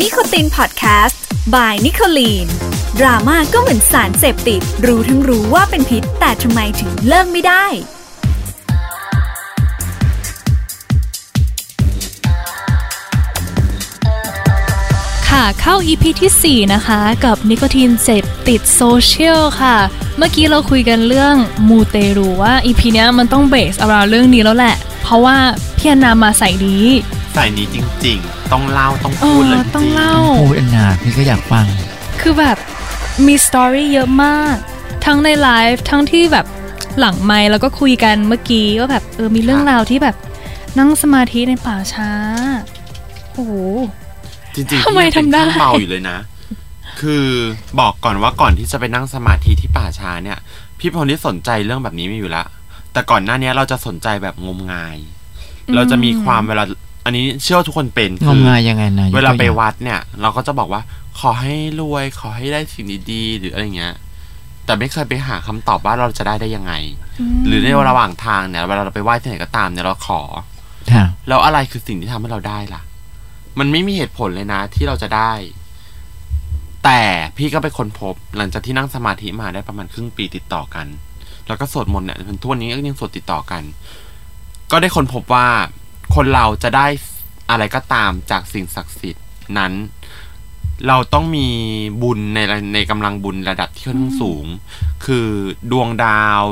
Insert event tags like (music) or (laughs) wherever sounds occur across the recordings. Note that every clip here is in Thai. นิโคตินพอดแคสต์ by นิโคลีน ดราม่าก็เหมือนสารเสพติด รู้ทั้งรู้ว่าเป็นพิษ แต่ทำไมถึงเลิกไม่ได้ ค่ะเข้า EP ที่ 4 นะคะ กับนิโคตินเสพติดโซเชียลค่ะ เมื่อกี้เราคุยกันเรื่องมูเตรูว่า EP เนี้ยมันต้องเบสเอาราเรื่องนี้แล้วแหละ เพราะว่าพี่แอนนามาใส่ดี สายนี้จริงๆ ต้องเล่าต้อง เอ พูด อ เลยจ ต้อง ริง เล่า พูดอันนาพี่ก็อยากฟัง คือแบบมีสตอรี่เยอะมาก ทั้งในไลฟ์ทั้งที่แบบหลังไมค์แล้วก็คุยกันเมื่อกี้ว่าแบบเออมีเรื่องราวที่แบบนั่งสมาธิในป่าช้าโอ้โห จริงๆ ทำไม พี่ยัง ทำได้ เป็นข้างเบาอยู่เลยนะ คือบอกก่อนว่าก่อนที่จะไปนั่งสมาธิที่ป่าช้าเนี่ย พี่พลที่สนใจเรื่องแบบนี้ไม่อยู่ละแต่ก่อนหน้านี้เราจะสนใจแบบงมงาย เราจะมีความเวลาอันนี้เชื่อว่าทุกคนเป็น ง คื ม อ งายยังไงนะ เวลาไป ยกตัวอย่ง วัดเนี่ย เราก็จะบอกว่า ขอให้รวยขอให้ได้สิ่งดีๆหรืออะไรเงี้ย แต่ไม่เคยไปหาคำตอบว่าเราจะได้ได้ยังไง หรือในระหว่างทางเนี่ยเวลาเราไปไหว้ที่ไหนก็ตามเนี่ยเราขอ ค่ะ แล้วอะไรคือสิ่งที่ทำให้เราได้ล่ะ มันไม่มีเหตุผลเลยนะ ที่เราจะได้ แต่พี่ก็ไปค้นพบ หลังจากที่นั่งสมาธิมาได้ประมาณครึ่งปีติดต่อกัน แล้วก็สวดมนต์เนี่ยจนทุกวันนี้ก็ยังสวดติดต่อกัน ก็ได้ค้นพบว่า คนเราจะได้อะไรก็ตามจากสิ่งศักดิ์สิทธิ์นั้น เราต้องมีบุญในระในกำลังบุญระดับที่ค่อนข้างสูง คือดวงดาว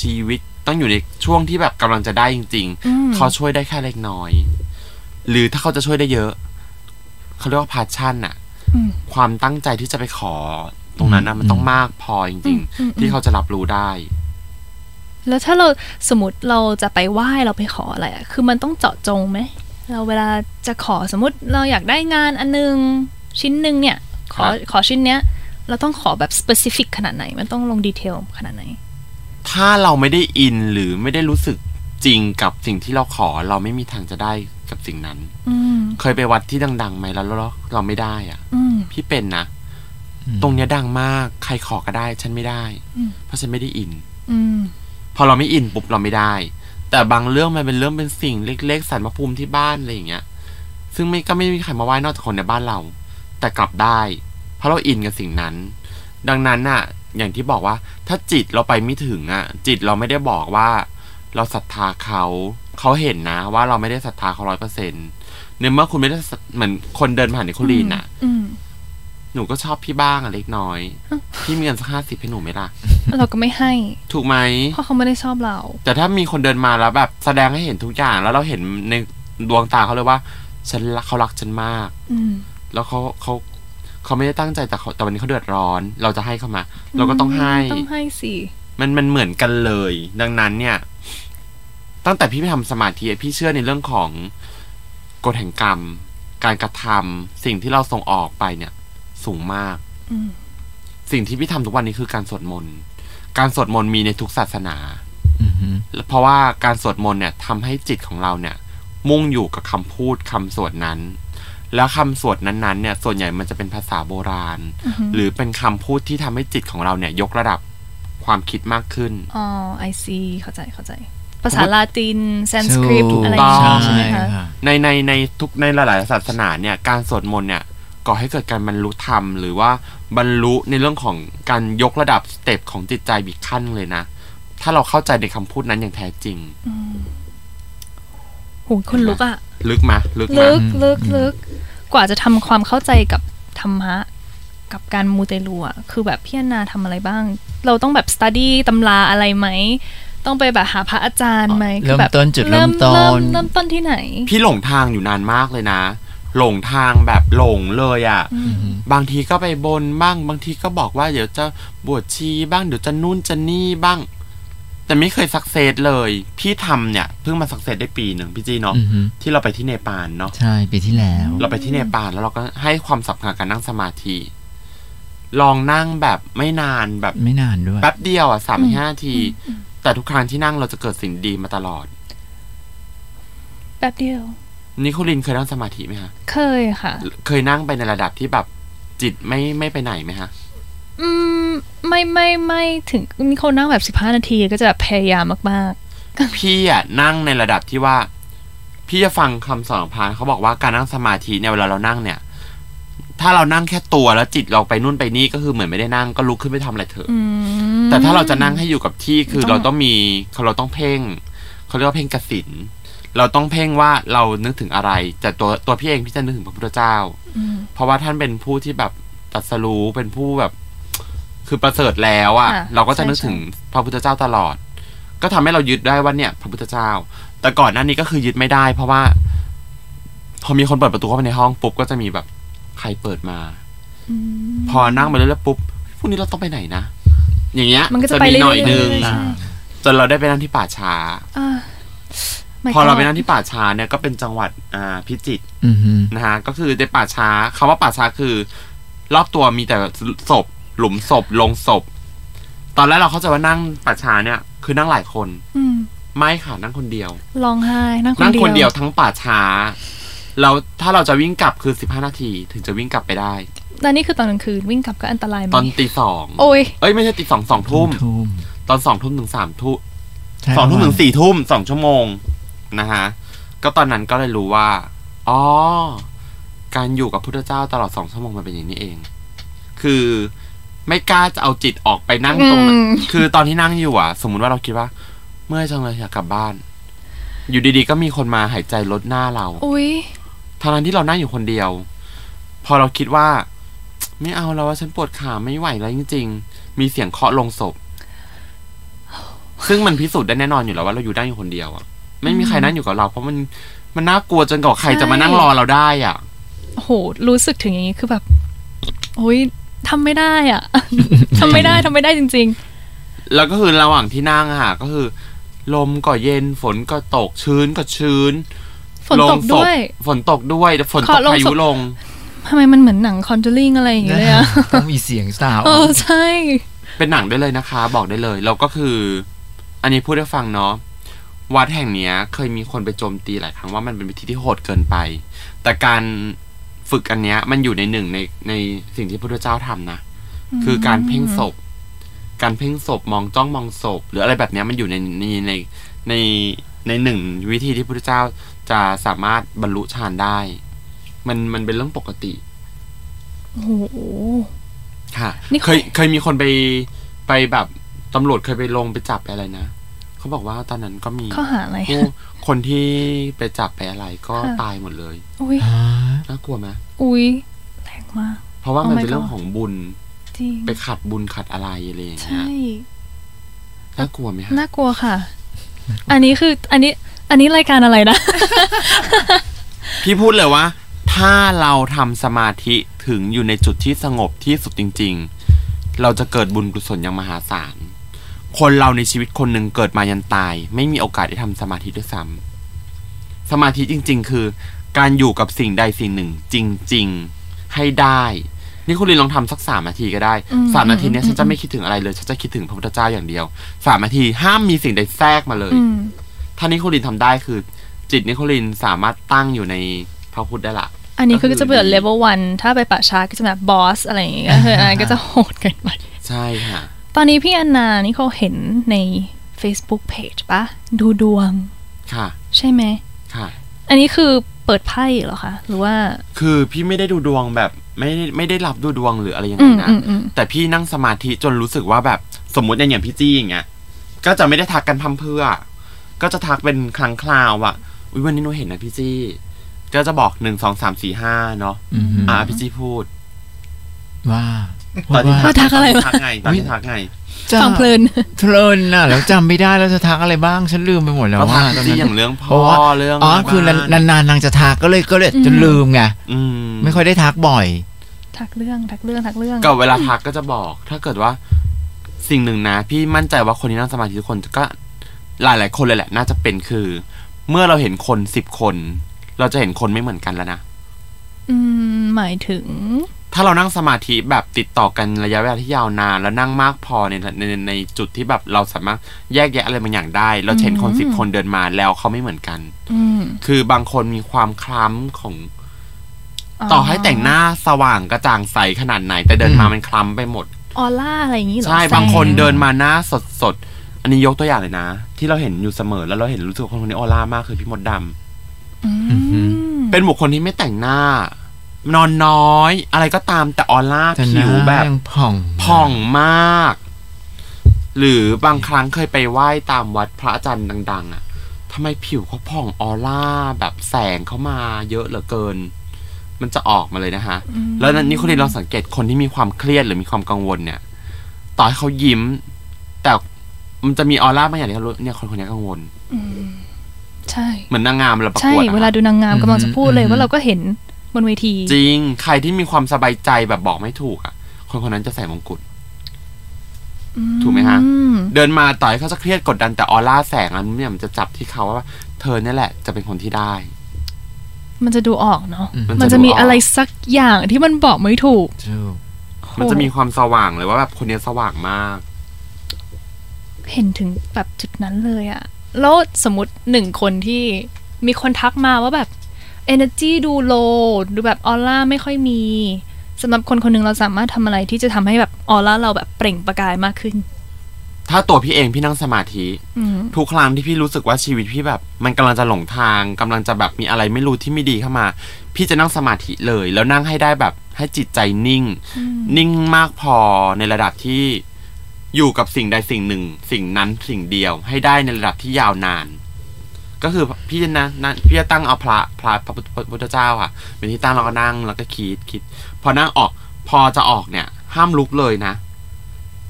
ชีวิตต้องอยู่ในช่วงที่แบบกำลังจะได้จริง ๆ อืม เขาช่วยได้แค่เล็กน้อย หรือถ้าเขาจะช่วยได้เยอะ เขาเรียกว่าพาชั่นอะ อืม ความตั้งใจที่จะไปขอ ตรงนั้นนะมันต้องมากพอจริง อืมอืม ๆ ที่เขาจะรับรู้ได้ แล้วถ้าเราสมมติเราจะไปไหว้เราไปขออะไรอะคือมันต้องเจาะจงไหม เราเวลาจะขอสมมติเราอยากได้งานอันนึง ชิ้นหนึ่งเนี่ย ขอ ครับ ขอชิ้นเนี้ย เราต้องขอแบบ specific ขนาดไหน มันต้องลงดีเทลขนาดไหน ถ้าเราไม่ได้อินหรือไม่ได้รู้สึกจริงกับสิ่งที่เราขอ เราไม่มีทางจะได้กับสิ่งนั้น อืม เคยไปวัดที่ดังๆไหมแล้วเราเราไม่ได้อะ อืม พี่เป็นนะ ตรงเนี้ยดังมาก ใครขอก็ได้ ฉันไม่ได้ อืม เพราะฉันไม่ได้อิน อืม พอเราไม่อินปุ๊บเราไม่ได้ แต่บางเรื่องมันเป็นเรื่องเป็นสิ่งเล็กๆสารพระภูมิที่บ้านอะไรอย่างเงี้ย ซึ่งไม่ก็ไม่มีใครมาไหว้นอกจากคนในบ้านเรา แต่กลับได้ เพราะเราอินกับสิ่งนั้น ดังนั้นน่ะ อย่างที่บอกว่า ถ้าจิตเราไปไม่ถึงอ่ะ จิตเราไม่ได้บอกว่า เราศรัทธาเขา เขาเห็นนะว่าเราไม่ได้ศรัทธาเขาร้อยเปอร์เซ็นต์ในเมื่อคุณไม่ได้ศรัทเหมือนคนเดินผ่านในคุลีนน่ะ อืม หนูก็ชอบพี่บ้างอะเล็กน้อย พี่มีเงินสักห้าสิบให้หนูไหมล่ะ เราก็ไม่ให้ ถูกไหม เพราะเขาไม่ได้ชอบเรา แต่ถ้ามีคนเดินมาแล้วแบบแสดงให้เห็นทุกอย่างแล้วเราเห็นในดวงตาเขาเลยว่าฉันรักเขารักฉันมาก อืม แล้วเขาเขาเขาไม่ได้ตั้งใจแต่เขาแต่วันนี้เขาเดือดร้อน เราจะให้เขามา เราก็ต้องให้ ต้องให้สิ มันมันเหมือนกันเลย ดังนั้นเนี่ย ตั้งแต่พี่ไปทำสมาธิพี่เชื่อในเรื่องของกฎแห่งกรรม การกระทำสิ่งที่เราส่งออกไปเนี่ย สูงมาก อืม สิ่งที่พี่ทำทุกวันนี้คือการสวดมนต์การสวดมนต์มีในทุกศาสนา อือหือ เพราะว่าการสวดมนต์เนี่ยทำให้จิตของเราเนี่ย มุ่งอยู่กับคำพูดคำสวดนั้น แล้วคำสวดนั้นๆเนี่ย ส่วนใหญ่มันจะเป็นภาษาโบราณ อือหือ หรือเป็นคำพูดที่ทำให้จิตของเราเนี่ย ยกระดับความคิดมากขึ้น อ๋อ I see เข้าใจเข้าใจ ภาษาลาติน สันสกฤต ถูก อะไรอย่างงี้ ใช่ ใช่ไหมคะ ค่ะ ในในในทุกในหลายๆศาสนาเนี่ยการสวดมนต์เนี่ยก่อให้เกิดการบรรลุธรรม หรือว่าบรรลุในเรื่องของการยกระดับสเต็ปของจิตใจอีกขั้นเลยนะ ถ้าเราเข้าใจในคำพูดนั้นอย่างแท้จริง โหยคนลุกอะ ลึกมะลึกมะ ลึกลึกลึกกว่าจะทำความเข้าใจกับธรรมะ กับการมูเตลูอะคือแบบพี่แอนนาทำอะไรบ้าง เราต้องแบบสต u d y ตำราอะไรไหม ต้องไปแบบหาพระอาจารย์ไหมคือ เริ่ม แบบ ต้นจุดเริ่มต้ เริ่ม น เริ่มต้นที่ไหน พี่หลงทางอยู่นานมากเลยนะ หลงทางแบบหลงเลยอะ่ะ บางทีก็ไปบนบ้าง บางทีก็บอกว่าเดี๋ยวจะบวชชีบ้าง เดี๋ยวจะนู่นจะนี่บ้าง แต่ไม่เคยสักเซสเลย พี่ทำเนี่ยเพิ่งมาสักเซสได้ปีหนึ่งพี่จีเนาะ อือหือ ที่เราไปที่เนปาลเนาะ ใช่ปีที่แล้ว เราไปที่เนปาลแล้วเราก็ให้ความสำคัญกับการนั่งสมาธิ ลองนั่งแบบไม่นานแบบ ไม่นานด้วย แป๊บเดียวอ่ะสามห้าที แต่ทุกครั้งที่นั่งเราจะเกิดสิ่งดีมาตลอด แป๊บเดียว นิโคลินเคยนั่งสมาธิไหมคะ เคยค่ะ เคยนั่งไปในระดับที่แบบจิตไม่ไม่ไปไหนไหมฮะ อืม ไม่ไม่ไม่ถึงมีคนนั่งแบบ 15 นาทีก็จะแบบพยายามมาก พี่อะนั่งในระดับที่ว่า พี่จะฟังคำสอนของพระเขาบอกว่าการนั่งสมาธิเนี่ยเวลาเรานั่งเนี่ย ถ้าเรานั่งแค่ตัวแล้วจิตเราไปนู่นไปนี่ก็คือเหมือนไม่ได้นั่งก็ลุกขึ้นไปทำอะไรเถอะ อืม แต่ถ้าเราจะนั่งให้อยู่กับที่คือ ต้ เรา อง ต้องมีเราต้องเพ่งเขาเรียกว่าเพ่งกสินเราต้องเพ่งว่าเรานึกถึงอะไรแต่ตัวตัวพี่เองพี่จะนึกถึงพระพุทธเจ้า อืม เพราะว่าท่านเป็นผู้ที่แบบตรัสรู้เป็นผู้แบบ คือประเสริฐแล้วอะ่ะ อ่ะ เราก็จะนึก ใช่ ถึงพระพุทธเจ้าตลอด ก็ทำให้เรายึดได้ว่าเนี่ย พระพุทธเจ้า แต่ก่อนหน้านี้ก็คือยึดไม่ได้ เพราะว่า พอมีคนเปิดประตูเข้าไปในห้องปุ๊บก็จะมีแบบใครเปิดมา อืม พอนั่งไปเรื่อยๆปุ๊บพรุ่งนี้เราต้องไปไหนนะอย่างเงี้ย มันก็จะไป มีหน่อยนึเรื่อยๆ ง ใช่ อ่า จนเราได้ไปนั่งที่ป่าช้า อ่า My พอเราไป God นั่งที่ป่าช้าเนี่ยก็เป็นจังหวัดอ่าพิจิตร อือฮึ นะฮะก็คือในป่าช้าคำว่าป่าช้าคือ รอบตัวมีแต่ศพ หลุมศพลงศพ ตอนแรกเราเข้าใจว่านั่งป่าช้าเนี่ย คือนั่งหลายคน อืม ไม่ค่ะนั่งคนเดียว ร้องไห้นั่งคน นั่ง เดียว คนเดียวทั้งป่าช้าเราถ้าเราจะวิ่งกลับคือสิบห้านาที ถึงจะวิ่งกลับไปได้ แล้วนี่คือตอนกลางคืนวิ่งกลับก็อันตรายไหม ตอนตีสอง โอ้ย เอ้ยไม่ใช่ตีสองสองทุ่ม ทุ่ม ตอนสองทุ่มถึงสามทุ่ม ใช่ สองทุ่ม ประาณ ถึงสี่ทุ่มสองชั่วโมงนะฮะก็ตอนนั้นก็เลยรู้ว่าอ๋อการอยู่กับพุทธเจ้าตลอดสองชั่วโมงมันเป็นอย่างนี้เอง คือไม่กล้าจะเอาจิตออกไปนั่งตรงนั้น อืม คือตอนที่นั่งอยู่อะสมมุติว่าเราคิดว่า เมื่อยจังเลยอยากกลับบ้าน อยู่ดีๆ ก็มีคนมาหายใจลดหน้าเรา อุ้ย ทางนั้นที่เรานั่งอยู่คนเดียว พอเราคิดว่า ไม่เอาแล้วว่าฉันปวดขาไม่ไหวแล้วจริง ๆ มีเสียงเคาะลงศพ ซึ่งมันพิสูจน์ได้แน่นอนอยู่แล้วว่าเราอยู่นั่งอยู่คนเดียวอะไม่มีใครนั่งอยู่กับเรา เพราะมันมันน่ากลัวจนกว่าใครจะมานั่งรอเราได้อ่ะ โหรู้สึกถึงอย่างนี้คือแบบโอ้ยทำไม่ได้อ่ะ (laughs) ทำไม่ได้ทำไม่ได้จริง แล้วก็คือระหว่างที่นั่งอะค่ะก็คือ ลมก็เย็นฝนก็ตกชื้นก็ชื้น ๆ ฝนต ล ก งศพ ด้วย ฝนตกด้วยแต่ฝนตก ขอลงศพ พายุลง ทำไมมันเหมือนหนังคอนจูริงอะไรอย่างเงี้ยเลยอ่ะ ต้องมีเสียงสาว เออใช่ เป็นหนังได้เลยนะคะ บอกได้เลยแล้วก็คือ อันนี้พูดให้ฟังเนาะวัดแห่งเนี้ย เคยมีคนไปโจมตีหลายครั้งว่ามันเป็นวิธีที่โหดเกินไป แต่การฝึกอันเนี้ย มันอยู่ในหนึ่งในในสิ่งที่พระพุทธเจ้าทำนะ คือการเพ่งศพ การเพ่งศพมองจ้องมองศพ หรืออะไรแบบเนี้ยมันอยู่ในในในในในหนึ่งวิธีที่พระพุทธเจ้าจะสามารถบรรลุฌานได้ มันมันเป็นเรื่องปกติ โอ้โห ค่ะ นี่ เค เค ย ย เคยมีคนไปไปแบบตำรวจเคยไปลงไปจับไปอะไรนะเขาบอกว่าตอนนั้นก็มี ข้อหาอะไร ผู้คนที่ไปจับไปอะไรก็ ค่ะ ตายหมดเลย อุ้ย น่ากลัวไหม อุ้ยแรงมาก เพราะว่า Oh มัน my เป็นเรื่อง God ของบุญ จริง ไปขัดบุญขัดอะไรอะไรอย่าง ใช่ เงี้ยน่ากลัวไหมฮะ น่ากลัวค่ะ อันนี้คืออันนี้ อันนี้รายการอะไรนะ พี่พูดเลยว่า ถ้าเราทำสมาธิถึงอยู่ในจุดที่สงบที่สุดจริง ๆ เราจะเกิดบุญกุศลอย่างมหาศาลคนเราในชีวิตคนหนึ่งเกิดมายันตาย ไม่มีโอกาสได้ทำสมาธิด้วยซ้ำ สมาธิจริง ๆ คือ การอยู่กับสิ่งใดสิ่งหนึ่ง จริง ๆ ให้ได้ นี่คุณลินลองทำสักสามนาทีก็ได้ อืม สามนาทีเนี้ย อืม ฉันจะไม่คิดถึงอะไรเลย ฉันจะคิดถึงพระพุทธเจ้าอย่างเดียวสามนาทีห้ามมีสิ่งใดแทรกมาเลย อืม ถ้านิโคลินทำได้คือ จิตนิโคลินสามารถตั้งอยู่ในพระพุทธได้ละ อันนี้คือ ก็คืก็อ จะเบื่อ ดี เลเวลวันถ้าไปป่าช้าก็จะแบบบอสอะไรอย่างเงี้ยคืออันนั้นก็จะโหดเกินไป ใช่ค่ะ ตอนนี้พี่อันนานี่เขาเห็นใน Facebook Page ปะดูดวง ค่ะ ใช่ไหม ค่ะ อันนี้คือเปิดไพ่เหรอคะ หรือว่า คือพี่ไม่ได้ดูดวงแบบไม่ได้ไม่ได้รับดูดวงหรืออะไรอย่าง อื นั้ ม นนะ อืมอืม แต่พี่นั่งสมาธิจนรู้สึกว่าแบบสมมติอย่างอย่างพี่จี้อย่างเงี้ยก็จะไม่ได้ทักกันพร่ำเพรื่อ ก็จะทักเป็นครั้งคราวอะอุ๊ยวันนี้หนูเห็นนะพี่จี้ ก็จะบอกหนึ่งสองสามสี่ห้าเนาะ อือฮึ อ่าพี่จี้พูด ว่า ตอนที่ ว่า ทักตอนที่ทักไงตอนที่ทักไง จะ ฟังเพลิน เพลินน่ะแล้วจำไม่ได้แล้วจะทักอะไรบ้างฉันลืมไปหมดแล้ว ก็ ว่า ทัก ตอน ที่อ นั้ ย่าน งเรื่อง เพ พ่อ ราะว่า เรื่อง อ๋อคือ บ้ นานๆนางจะทักก็เลยก็เลยจนลืมไง อืม ไม่ค่อยได้ทักบ่อย ทักเรื่อง ทักเรื่อง ทักเรื่อง ก็เวลาทักก็จะบอก ถ้าเกิดว่าสิ่งหนึ่งนะ พี่มั่นใจว่าคนที่นั่งสมาธิทุกคนก็หลายหลายๆคนเลยแหละ น่าจะเป็นคือ เมื่อเราเห็นคนสิบคน เราจะเห็นคนไม่เหมือนกันแล้วนะ อืม หมายถึง ถ้าเรานั่งสมาธิแบบติดต่อกันระยะเวลาที่ยาวนาน แล้วนั่งมากพอในในในในจุดที่แบบเราสามารถแยกแยะอะไรบางอย่างได้ เราจะเห็นคน อืม สิบคนเดินมาแล้วเขาไม่เหมือนกัน อืม คือบางคนมีความคล้ำของต่อให้แต่งหน้าสว่างกระจ่างใสขนาดไหน แต่เดินมา อืม มันคล้ำไปหมด ออร่าอะไรอย่างงี้เหรอ ใช่ แส บางคนเดินมาหน้าสดสดอันนี้ยกตัวอย่างเลยนะ ที่เราเห็นอยู่เสมอแล้วเราเห็นรู้สึกว่าคนคนนี้ออร่ามากคือพี่มดดำ อืม อือหือ เป็นบุคคลที่ไม่แต่งหน้า นอนน้อย อะไรก็ตามแต่ออร่า แต่ห ผิ น้าว แบบ ยังผ่อง ผ่องมาก หรือบางครั้งเคยไปไหว้ตามวัดพระอาจารย์ดัง ๆ อ่ะทำไมผิวเขาผ่องออร่าแบบแสงเข้ามาเยอะเหลือเกิน มันจะออกมาเลยนะฮะ แล้วนี่คุณลินลองสังเกตคนที่มีความเครียดหรือมีความกังวลเนี่ย ต่อให้เขายิ้ม แต่มันจะมีออร่าบางอย่างที่เขารู้เนี่ยคนคนนี้กังวล อืมใช่ เหมือนนางงามเราประ ใช่ กวดอะ เวลาดูนางงามกำลังจะพูดเลยว่าเราก็เห็นบนเวที จริง ใครที่มีความสบายใจแบบบอกไม่ถูกอ่ะ คนคนนั้นจะใส่มงกุฎ ถูกไหมฮะ อืม เดินมาต่อยเขาจะเครียดกดดันแต่ออร่าแสงอันเนี้มันจะจับที่เขาว่า เธอเนี่ยแหละจะเป็นคนที่ได้ มันจะดูออกเนาะ มัน มัน จะดู จะมี ออก อะไรสักอย่างที่มันบอกไม่ถูก ถูก มันจะมีความสว่างเลยว่าแบบคนเนี้ยสว่างมาก เห็นถึงแบบจุดนั้นเลยอะแล้วสมมติหนึ่งคนที่มีคนทักมาว่าแบบ energy ดู low ดูแบบออร่าไม่ค่อยมีสำหรับคนคนหนึ่งเราสามารถทำอะไรที่จะทำให้แบบออร่าเราแบบเปล่งประกายมากขึ้น ถ้าตัวพี่เองพี่นั่งสมาธิ อืม ทุกครั้งที่พี่รู้สึกว่าชีวิตพี่แบบ มันกำลังจะหลงทางกำลังจะแบบมีอะไรไม่รู้ที่ไม่ดีเข้ามา พี่จะนั่งสมาธิเลย แล้วนั่งให้ได้แบบให้จิตใจนิ่ง นิ่งมากพอในระดับที่อยู่กับสิ่งใดสิ่งหนึ่ง สิ่งนั้นสิ่งเดียว ให้ได้ในระดับที่ยาวนาน ก็คือพี่จะนะนะพี่จะตั้งเอาพระพระพระพุทธพระพุทธเจ้าอ่ะเป็นที่ตั้งเราก็นั่งแล้วก็คิดคิด พอนั่งออกพอจะออกเนี่ย ห้ามลุกเลยนะ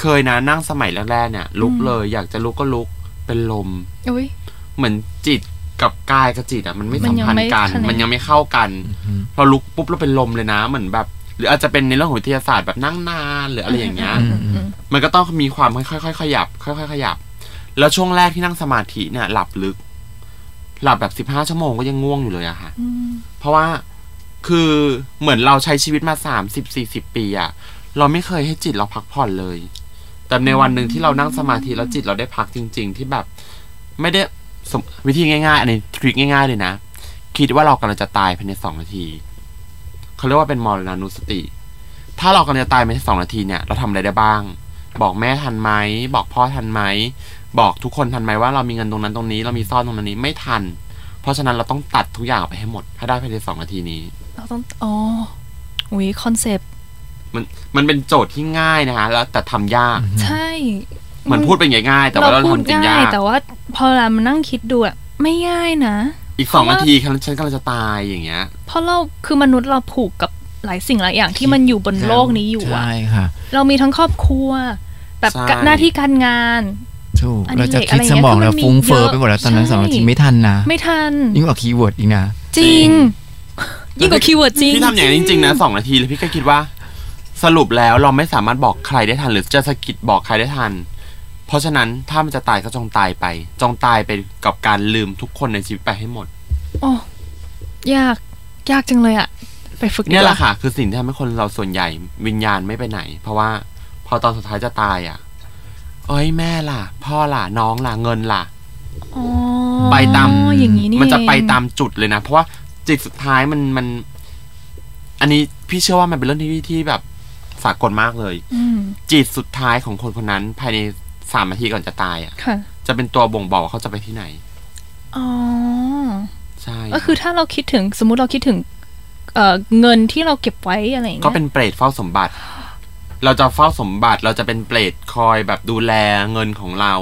เคยนะนั่งสมัยแรกๆเนี่ย ลุก อืม เลย อยากจะลุกก็ลุกเป็นลม อุ้ย เหมือนจิตกับกายกับจิตอ่ะมันไม่ มั สั น ม ยัง พันธ์กัน ไม่คะแนน มันยังไม่เข้ากัน อืม เราลุกปุ๊บเราเป็นลมเลยนะเหมือนแบบ หรืออาจจะเป็นในเรื่องของวิทยาศาสตร์แบบนั่งนานหรืออะไรอย่างเงี้ย อืม มันก็ต้องมีความค่อยๆขยับ ค่อยๆขยับ แล้วช่วงแรกที่นั่งสมาธิเนี่ย หลับลึก หลับแบบสิบห้าชั่วโมงก็ยังง่วงอยู่เลยอะค่ะ อืม เพราะว่าคือเหมือนเราใช้ชีวิตมาสามสิบสี่สิบปีอะเราไม่เคยให้จิตเราพักผ่อนเลย แต่ในวันหนึ่งที่เรานั่งสมาธิแล้วจิตเราได้พักจริง ๆ ที่แบบ ไม่ได้สมวิธีง่าย ๆ อันนี้ทริคง่าย ๆ เลยนะ คิดว่าเรากำลังจะตายภายในสองนาทีเขาเรียกว่าเป็นมรณานุสติ ถ้าเรากำลังจะตายภายในสองนาทีเนี่ย เราทำอะไรได้บ้าง บอกแม่ทันไหมบอกพ่อทันไหมบอกทุกคนทันไหมว่าเรามีเงินตรงนั้นตรงนี้ เรามีซ่อนตรงนั้นนี้ไม่ทัน เพราะฉะนั้นเราต้องตัดทุกอย่างออกไปให้หมดให้ได้ภายในสองนาทีนี้ เราต้องอ๋ออุ้ยคอนเซปต์ มันมันเป็นโจทย์ที่ง่ายนะฮะแล้วแต่ทำยาก ใช่ เหมือนพูดเป็นง่ายๆแต่ว่าเราทำจริงยาก แต่ว่าพอเรามานั่งคิดดูอะไม่ง่ายนะ อีกสอง เพราะว่า นาทีคันฉันกำลังจะตายอย่างเงี้ย เพราะเราคือมนุษย์เราผูกกับหลายสิ่งหลายอย่างที่มันอยู่บนโลกนี้อยู่อะ ใช่ค่ะ เรามีทั้งครอบครัว แบบ ใช่ หน้าที่การงาน ถูก อันนี้ เราจะคิดสมอง เหล็กอะไรเงี้ย เราฟุ้งเฟ้อ คือมันมี ไปหมดแล้วตอนนั้น ใช่ สองนาทีไม่ทันนะ ไม่ทัน ยิ่งกว่าคีย์เวิร์ดอีกนะ จริง จริง ยิ่งกว่าคีย์เวิร์ดจริง พี่ทำอย่างนี้นจริงๆนะสองนาทีแล้วพี่ก็คิดว่า สรุปแล้วเราไม่สามารถบอกใครได้ทัน หรือจะสะกิดบอกใครได้ทัน เพราะฉะนั้นถ้ามันจะตายก็จงตายไป จงตายไปกับการลืมทุกคนในชีวิตไปให้หมด โอ้ยากยากจังเลยอะไปฝึกดีกว่า เนี่ยแหละค่ะ คือสิ่งที่ทำให้คนเราส่วนใหญ่วิญญาณไม่ไปไหน เพราะว่าพอตอนสุดท้ายจะตายอ่ะ เอ้ยแม่ล่ะ พ่อล่ะน้องล่ะเงินล่ะ อ๋อ ไปตาม อย่างนี้นี่ มันจะไป เอง ตามจุดเลยนะ เพราะว่าจิตสุดท้ายมันมัน อันนี้พี่เชื่อว่ามันเป็นเรื่องที่ที่แบบสากลมากเลย อืม จิตสุดท้ายของคนคนนั้น ภายในสามนาทีก่อนจะตายอ่ะ ค่ะ จะเป็นตัวบ่งบอกว่าเขาจะไปที่ไหน อ๋อ ใช่ ก็คือถ้าเราคิดถึงสมมุติเราคิดถึงเอ่อเงินที่เราเก็บไว้อะไรอย่าง ก็ เงี้ย เป็นเปรตเฝ้าสมบัติ เราจะเฝ้าสมบัติ เราจะเป็นเปรตคอยแบบดูแลเงินของเรา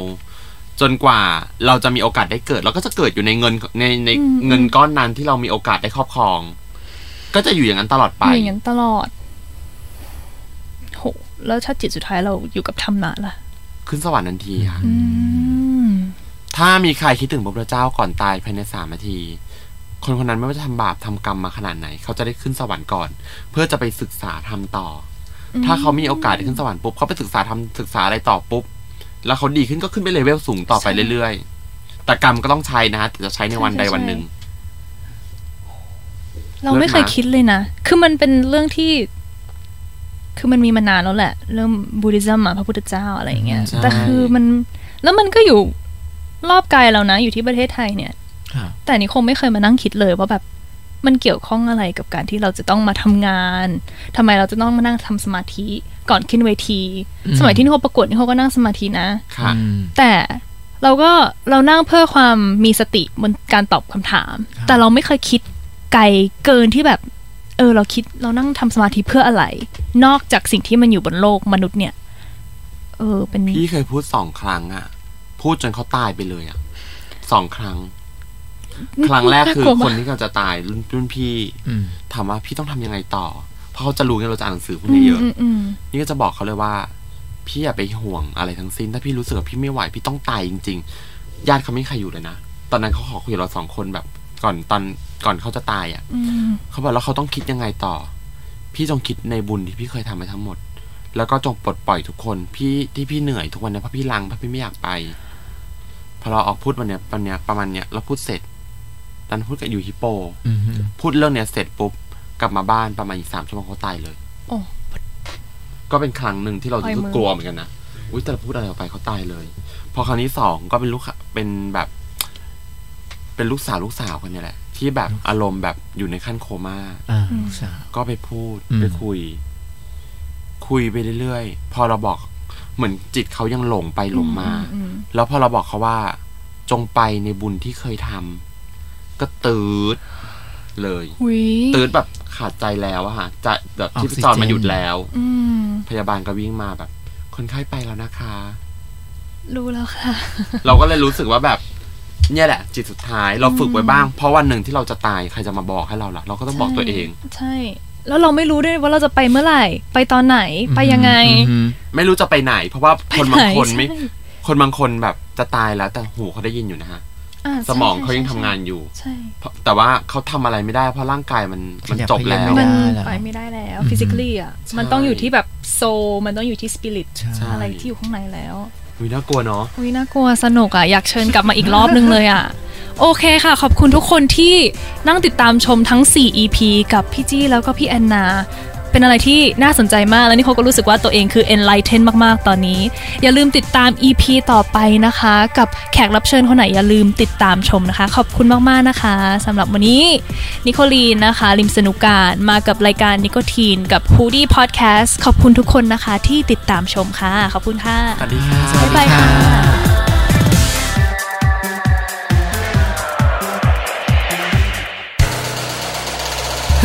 จนกว่าเราจะมีโอกาสได้เกิด เราก็จะเกิดอยู่ในเงินในในเงินก้อนนั้นที่เรามีโอกาสได้ครอบครอง ก็จะอยู่อย่างนั้นตลอดไป อยู่อย่างนั้นตลอดโหแล้วถ้าจิตสุดท้ายเราอยู่กับธรรมะล่ะ ขึ้นสวรรค์ทันทีค่ะ อืม ถ้ามีใครคิดถึงพระพุทธเจ้าก่อนตายภายในสามนาที คนคนนั้นไม่ว่าจะทำบาปทำกรรมมาขนาดไหน เขาจะได้ขึ้นสวรรค์ก่อน เพื่อจะไปศึกษาทำต่ออ ม ถ้าเขามีโอกาสได้ขึ้นสวรรค์ปุ๊บเขาไปศึกษาทำศึกษาอะไรต่อปุ๊บ แล้วเขาดีขึ้นก็ขึ้นไปเลเวลสูงต่อไปเรื่อยๆ แต่กรรมก็ต้องใช้นะฮะแต่จะใช้ในวันใดวันหนึ่ง เราไม่เคยคิดเลยนะ คือมันเป็นเรื่องที่ คือมันมีมานานแล้วแหละ เรื่องบูดิซึมอะพระพุทธเจ้าอะไรอย่างเงี้ย ใช่ แต่คือมัน แล้วมันก็อยู่รอบกายเรานะ อยู่ที่ประเทศไทยเนี่ย ค่ะ แต่นี่คงไม่เคยมานั่งคิดเลยว่าแบบมันเกี่ยวข้องอะไรกับการที่เราจะต้องมาทำงานทำไมเราจะต้องมานั่งทำสมาธิก่อนขึ้นเวที อืม สมัยที่นิโคประกวดนิโคก็นั่งสมาธินะ ค่ะ อืม แต่เราก็เรานั่งเพื่อความมีสติบนการตอบคำถาม แต่เราไม่เคยคิดไกลเกินที่แบบ เออเราคิดเรานั่งทำสมาธิเพื่ออะไร นอกจากสิ่งที่มันอยู่บนโลกมนุษย์เนี่ย เออเป็น พี่เคยพูดสองครั้งอะพูดจนเขาตายไปเลยอะสองครั้ง ครั้งแรกคือ น่ากลัวมาก คนที่กำลังจะตายรุ่นรุ่นพี่ อืม ถามว่าพี่ต้องทำยังไงต่อ เพราะเขาจะรู้ไงเราจะอ่านหนังสือพวกนี้เยอะ อืมอืม นี่ก็จะบอกเขาเลยว่า พี่อย่าไปห่วงอะไรทั้งสิ้น ถ้าพี่รู้สึกว่าพี่ไม่ไหว พี่ต้องตายจริง ๆ ญาติเขาไม่มีใครอยู่เลยนะ ตอนนั้นเขาขอคุยกับเราสองคนแบบ ก่อนตอนก่อนเขาจะตายอะ่ะ อืม เขาบอกแล้วเขาต้องคิดยังไงต่อ พี่จงคิดในบุญที่พี่เคยทำไปทั้งหมด แล้วก็จงปลดปล่อยทุกคน พี่ที่พี่เหนื่อยทุกวันเนี้ยเพราะพี่ลังเพราะพี่ไม่อยากไป พอเราออกพูดวันเนี้ยวันเนี้ยประมาณเนี้ยเราพูดเสร็จตอนนนพูดกับอยู่ฮิปโป อืม พูดเรื่องเนี้ยเสร็จปุ๊บกลับมาบ้านประมาณอีกสามชั่วโมงเขาตายเลย โอ้ ก็เป็นครั้งหนึ่งที่เรา ปล่อย รู้สึ มื ก อ กลัวเหมือนกันนะ อุ้ยแต่เราพูดอะไรออกไปเขาตายเลย พอครั้งที่สองก็เป็นลูกค้าเป็นแบบ เป็นลูกสาวลูกสาวคนเนี้แหละ ที่แบบอารมณ์แบบอยู่ในขั้นโคม่า อ่าลูกสาว ก็ไปพูด อืม ไปคุย คุยไปเรื่อยๆ พอเราบอกเหมือนจิตเขายังหลงไปหลงมา อืม แล้วพอเราบอกเขาว่า จงไปในบุญที่เคยทำก็ตืดเลย หุย ตืดแบบขาดใจแล้วอะฮะจะแบบที่จอดมาหยุดแล้ว อืม พยาบาลก็วิ่งมาแบบ คนไข้ไปแล้วนะคะ รู้แล้วค่ะ เราก็เลยรู้สึกว่าแบบ เนี่ยแหละ จิตสุดท้ายเราฝึกไว้บ้าง เพราะวันหนึ่งที่เราจะตายใครจะมาบอกให้เราล่ะ เราก็ต้องบอกตัวเอง ใช่ แล้วเราไม่รู้ด้วยว่าเราจะไปเมื่อไหร่ ไปตอนไหน ไปยังไง อืม ไม่รู้จะไปไหน เพราะว่าคน ไป บาง ไหน คนไม่ ใช่ คนบางคนแบบจะตายแล้ว แต่หูเขาได้ยินอยู่นะฮะ อ่ะ ส ใช่ มองเขายัง ใช่ ทำงานอยู่ ใช่ เพราะแต่ว่าเขาทำอะไรไม่ได้ เพราะร่างกายมันมันจบแล้ว ไม่ มัน ได้แล้ว ไปไม่ได้แล้วฟิสิก a ี่อ่ะ มันต้องอยู่ที่แบบโซ มันต้องอยู่ที่สปิริต ใช่ ใช่ อะไรที่อยู่ข้างในแล้ว อุ้ยน่ากลัวเนาะ อุ้ยน่ากลัวสนุกอ่ะ อยากเชิญกลับมาอีกรอบนึงเลยอ่ะ โอเคค่ะ ขอบคุณทุกคนที่นั่งติดตามชมทั้ง 4 EP กับพี่จี้แล้วก็พี่แอนนา เป็นอะไรที่น่าสนใจมากแล้วนี่เขาก็รู้สึกว่าตัวเองคือ enlighten มากๆ ตอนนี้ อย่าลืมติดตาม EP ต่อไปนะคะ กับแขกรับเชิญคนไหนอย่าลืมติดตามชมนะคะ ขอบคุณมากๆนะคะสำหรับวันนี้นิโคลีนนะคะ ริมสนุกการมากับรายการนิโคทีนกับ h o ดี้พอดแคสต์ขอบคุณทุกคนนะคะ ที่ติดตามชมค่ะขอบคุณค่ะ สวัสดีค่ะ บ๊ายบายค่ะ h